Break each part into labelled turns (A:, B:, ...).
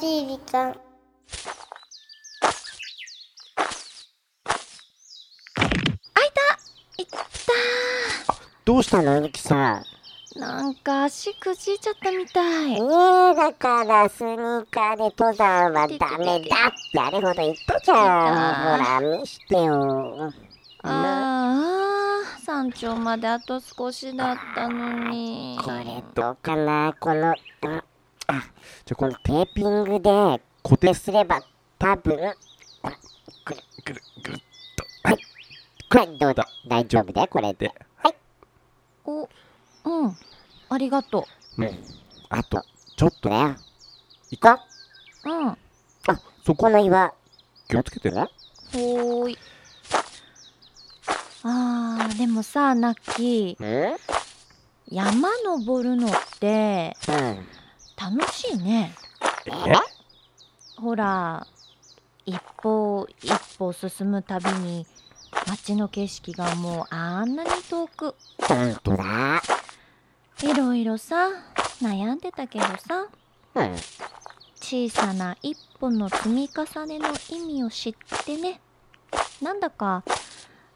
A: しい時間
B: 開いたいっ
C: どうしたの、ゆきさん。
B: たなんか足くじいちゃったみたい
A: 家だからスニーカーで登山はダメだってあれほど言ったじゃんほら見してよ
B: あーあー山頂まであと少しだったのに
A: これどうかなこのう
C: じ
A: ん
C: ゃあ、この
A: テーピングで
C: 固定
A: 固定すれば多分あくるくるくるっとはいこれどうだ大丈夫だよこれで
B: おうんありがと
C: あと、
A: ちょっとね行こう
B: ううん
A: そこの岩
C: 気をつけてね。
B: ほーいあーでもさナッキ
A: う
B: ー
A: んうん
B: 山登るのって楽しいね
C: え
B: ほら一歩一歩進むたびに街の景色がもうあんなに遠く
A: 本当だ
B: いろいろさ悩んでたけどさ
A: うん
B: 小さな一歩の積み重ねの意味を知ってねなんだか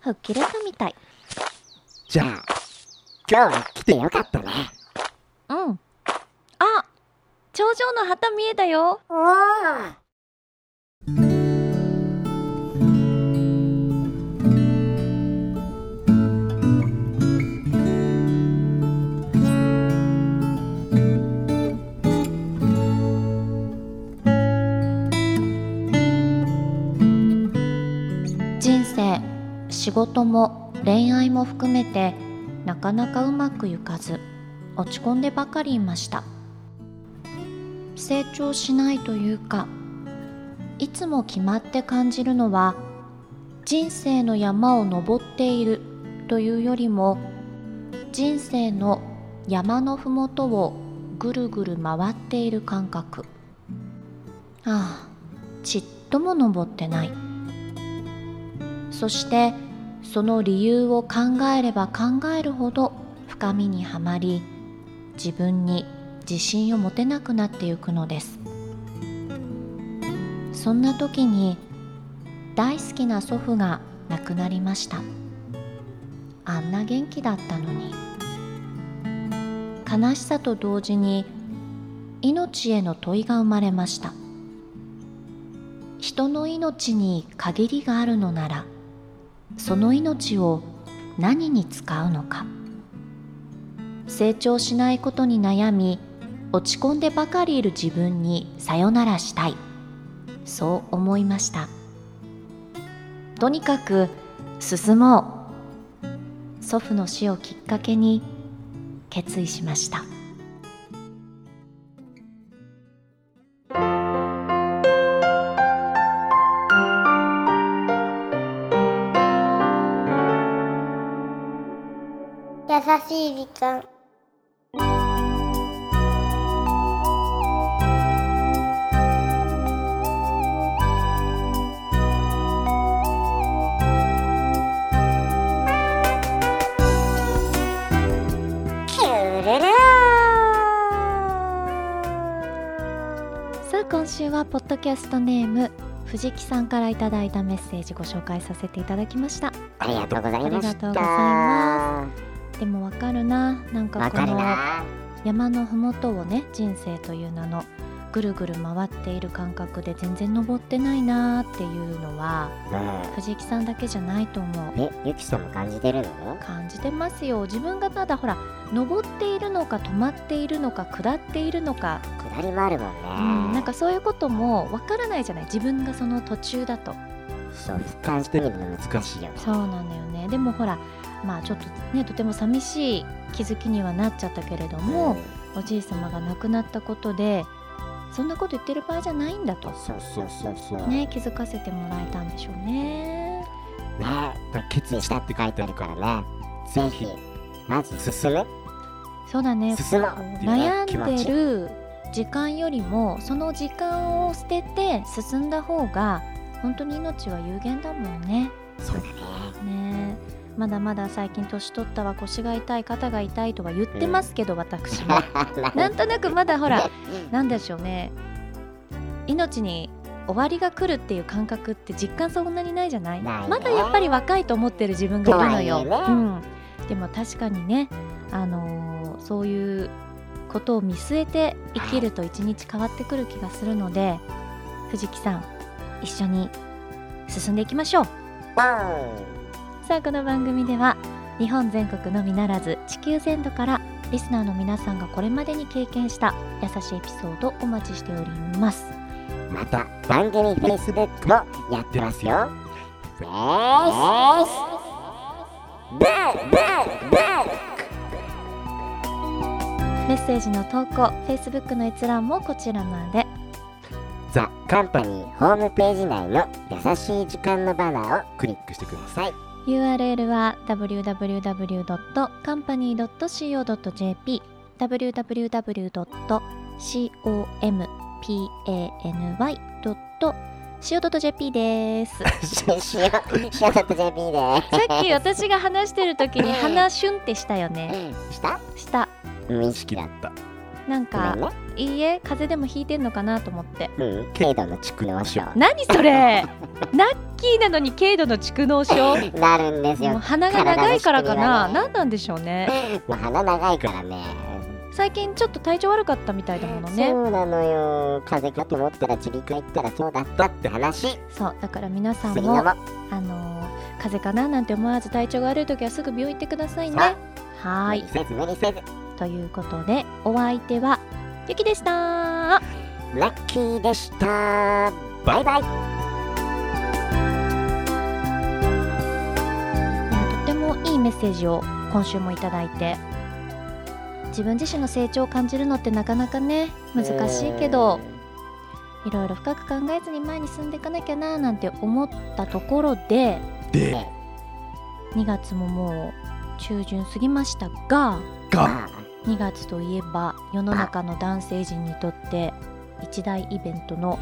B: 吹っ切れたみたい
C: じゃあ、
A: 今日は来てよかったね
B: うんあ頂上の旗見えたよ
A: おお
B: 人生仕事も恋愛も含めてなかなかうまくいかず落ち込んでばかりいました成長しないというかいつも決まって感じるのは人生の山を登っているというよりも人生の山のふもとをぐるぐる回っている感覚ああちっとも登ってないそしてその理由を考えれば考えるほど深みにはまり自分に自信を持てなくなってゆくのですそんな時に大好きな祖父が亡くなりましたあんな元気だったのに悲しさと同時に命への問いが生まれました人の命に限りがあるのならその命を何に使うのか成長しないことに悩み落ち込んでばかりいる自分にさよならしたいそう思いましたとにかく進もう祖父の死をきっかけに決意しました
A: 優しい時間キュルル
B: さあ今週はポッドキャストネーム藤木さんからいただいたメッセージご紹介させていただきました
A: ありがとうございました
B: ありがとうございまでもわかるななんか
A: わ
B: こ
A: かる
B: の
A: な
B: 山のふもとをね人生という名のぐるぐる回っている感覚で全然登ってないなーっていうのは
A: うん
B: 藤木さんだけじゃないと思う
A: え、ゆきさんも感じてるの
B: 感じてますよ自分がただほら登っているのか止まっているのか下っているのか、
A: 下りもあるもんね、
B: うん、なんかそういうこともわからないじゃない自分がその途中だと
A: そう俯瞰してみるの難しいよね
B: そうなんだよねでもほらまあちょっとねとても寂しい気づきにはなっちゃったけれども、おじい様が亡くなったことでそんなこと言ってる場合じゃないんだと、
C: そうそうそうそう。ね
B: ね、気づかせてもらえたんでしょうね
A: ね
C: だから決意したって書いてあるからね。
A: ぜひまず進む
B: そうだね
A: 進もう
B: 悩んでる時間よりもその時間を捨てて進んだ方が本当に命は有限だもんね
A: そうだね
B: ねまだまだ最近年取ったわ腰が痛い肩が痛いと は言ってますけど、私もなんとなくまだほらなんでしょうね命に終わりが来るっていう感覚って実感そんなにないじゃない
A: ないね
B: まだやっぱり若いと思ってる自分がいるのよ、
A: とはいうえ
B: ん、でも確かにね、あのーそういうことを見据えて生きると一日変わってくる気がするので藤木さん一緒に進んでいきましょうさあこの番組では日本全国のみならず地球全土からリスナーの皆さんがこれまでに経験した優しいエピソードをお待ちしております
A: うんまた番組 Facebook もやってますよベースベーベーベー
B: メッセージの投稿 Facebook の閲覧もこちらまで
A: ザ・カンパニーホームページ内の優しい時間のバナーを
C: クリックしてください。
A: はい、
B: URL は www.company.co.jp www.company.co.jp です
A: しよう、しよう JP で
B: さっき私が話してる時に鼻シュンってしたよね
A: す。した
B: した
A: 無意
C: 意識
A: 識
C: だ
A: だっ
C: った。
B: なん
A: た
B: か
A: ね。
B: いいえ風邪でもひいてんのかなと思って
A: うん、軽度の蓄膿症。
B: 何そ れナッキーなのに軽度の蓄膿症
A: なるんです
B: もう
A: よ。
B: 鼻が長いからかな、
A: 体の仕組みがね
B: 何なんでしょうね
A: まあ、鼻長いからね。
B: 最近ちょっと体調悪かったみたいだものね
A: そうなのよ。風邪かと思ったら、耳鼻科行ったらそうだったって話。
B: そうだから皆さん
A: 薬飲
B: も
A: もう。
B: あのー風邪かななんて思わず体調が悪い時はすぐ病院行ってくださいね
A: さ
B: はーい
A: 無理せず無理せず。
B: ということでお相手はゆきでした
A: ラッキーでした。バイバイ。
B: いやとてもいいメッセージを今週もいただいて自分自身の成長を感じるのってなかなかね難しいけどいろいろ深く考えずに前に進んでいかなきゃななんて思ったところで
A: うん。
C: で、
A: ね
B: 2月ももう中旬過ぎましたが
C: が、
A: まあ
B: 2月といえば世の中の男性陣にとって一大イベントの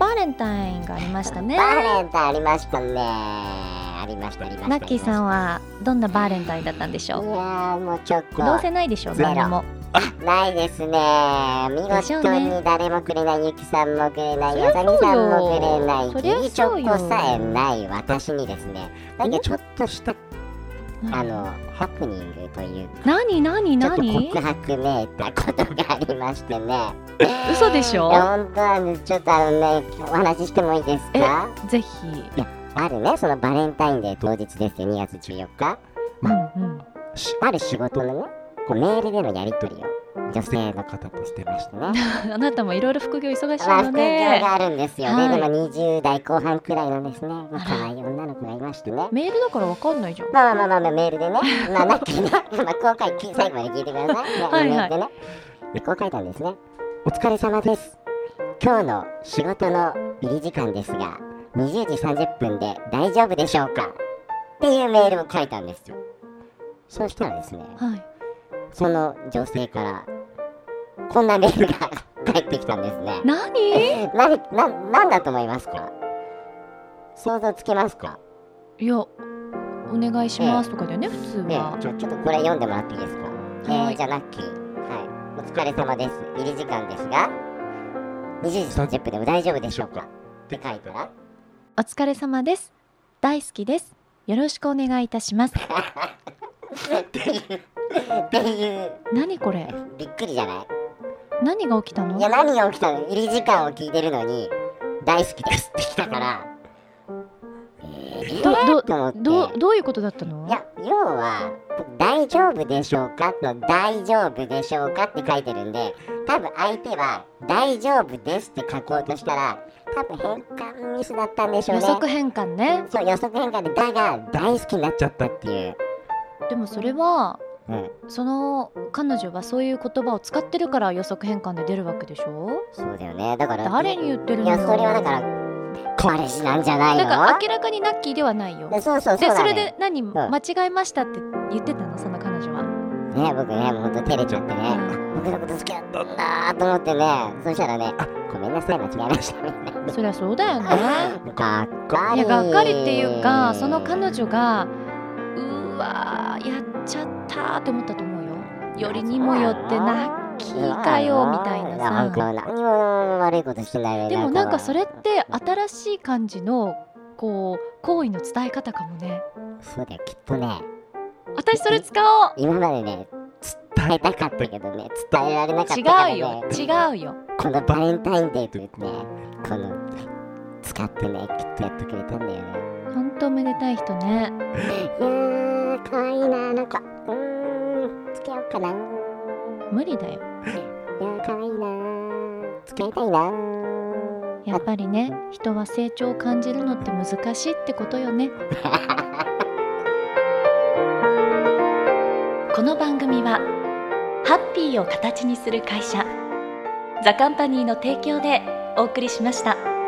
B: バレンタインがありましたね。
A: バレンタインありましたね。ありました、ありました。
B: ナッキーさん
A: は。
B: はどんなバレンタインだったんでし
A: いや
B: ょう
A: ー、もうちょっと。
B: どうせないでしょう
A: ゼロ
B: 何も。
A: ないですね。見
B: でしょう
A: 事
B: ね
A: に誰もくれない、ゆきさんもくれない、
B: そり
A: や
B: ゃ
A: さみさんもくれない、
B: そう
A: ギ
B: よ
A: リチョコさえない私にですね、なんかちょっとした、あの、ハプニングというか、
B: 何何
A: ちょっと
B: 何
A: 告白めいたことがありましてね。
B: 嘘でし
A: い
B: ょ
A: や本当はね、ちょっとあのね、お話ししてもいいですか
B: ぜひ、
A: あるね、そのバレンタインデー当日ですよ、2月14日。
B: うんうん、
C: し
A: ある仕事のね、こうメールでのやり取りを女性の
C: な方としてました。
A: ね、
B: あなたもいろいろ副業忙しい
A: まあ、
B: の
A: 副業
B: ね
A: があるんですよね。
B: はい
A: でも20代後半くらいのですね、まあ、
B: あら
A: 可愛い女の子がいましてね。
B: メールだからわかんないじゃん
A: まあまあまあまあメールでね、 まあなんかね、まあ今回き最後まで聞いてください。ね
B: はいはい
A: メールでね、でこう書いたんですね。お疲れ様です。今日の仕事の入り時間ですが、20時30分で大丈夫でしょうかっていうメールを書いたんですよ。そうしたらですね、
B: はい
A: その女性からこんなメールが返ってきたんですね。
B: 何
A: なに、な、なんだと思いますか想像つきますか
B: いやお願いしますとかだよね普通
A: ね
B: は
A: えちょ、ちょっとこれ読んでもらっていいですか
B: は
A: え
B: い
A: ー、じゃあラッキー。はい。お疲れ様です。入り時間ですが、20時30分でも大丈夫でしょうかって書いたら、
B: お疲れ様です大好きですよろしくお願いいたします
A: っていう、っていう、
B: 何これ
A: びっくりじゃない
B: 何が起きたの
A: いや、何が起きたの入り時間を聞いてるのに、大好きですって来たから、えー、
B: どど
A: と思って。
B: どうどういうことだったの
A: いや、要は、大丈夫でしょうかの大丈夫でしょうかって書いてるんで、多分相手は、大丈夫ですって書こうとしたら、多分変換ミスだったんでしょう
B: 予
A: ね。
B: 測変換ね
A: そう、予測変換で、だが、大好きになっちゃったっていう。
B: でもそれは
A: うん、
B: その彼女はそういう言葉を使ってるから予測変換で出るわけでしょ
A: そうだよね。だから、
B: 誰に言ってる
A: い
B: の
A: や、
B: よ
A: それはだから、彼氏なんじゃない
B: だ
A: の
B: から明らかにナッキーではないよ
A: でそうそう、そう
B: で
A: な
B: そ
A: の
B: れ
A: よ
B: で何間違えましたって言ってたのその彼女は
A: ね僕ねもうほんと照れちゃってねあ僕のこと好きだったんだと思ってねそしたらねあごめんなさい間違えましたみたいな
B: そりゃそうだよね
A: がっか
B: い
A: り
B: やがっかりっていうかその彼女がうーわーやっちゃったーって思ったと思うよよりにもよってナッ気かよみたいな
A: なん
B: さ
A: か何も悪いことしてないのに
B: でもなんかそれって
A: うん
B: 新しい感じのこう行為の伝え方かもね
A: そうだよきっとね
B: 私それ使おう
A: 今までね伝えたかったけどね伝えられなかったから、ね、
B: 違うよ違うよ
A: このバレンタインデーと言ってねこの使ってねきっとやってくれたんだよね
B: ほんとおめでたい人ね
A: いやー可愛いなあの子うーんつけようかない
B: 無理だよ
A: やー可愛いなあつけたいな
B: やっぱりね人は成長を感じるのって難しいってことよね この番組はハッピーを形にする会社ザカンパニーの提供でお送りしました。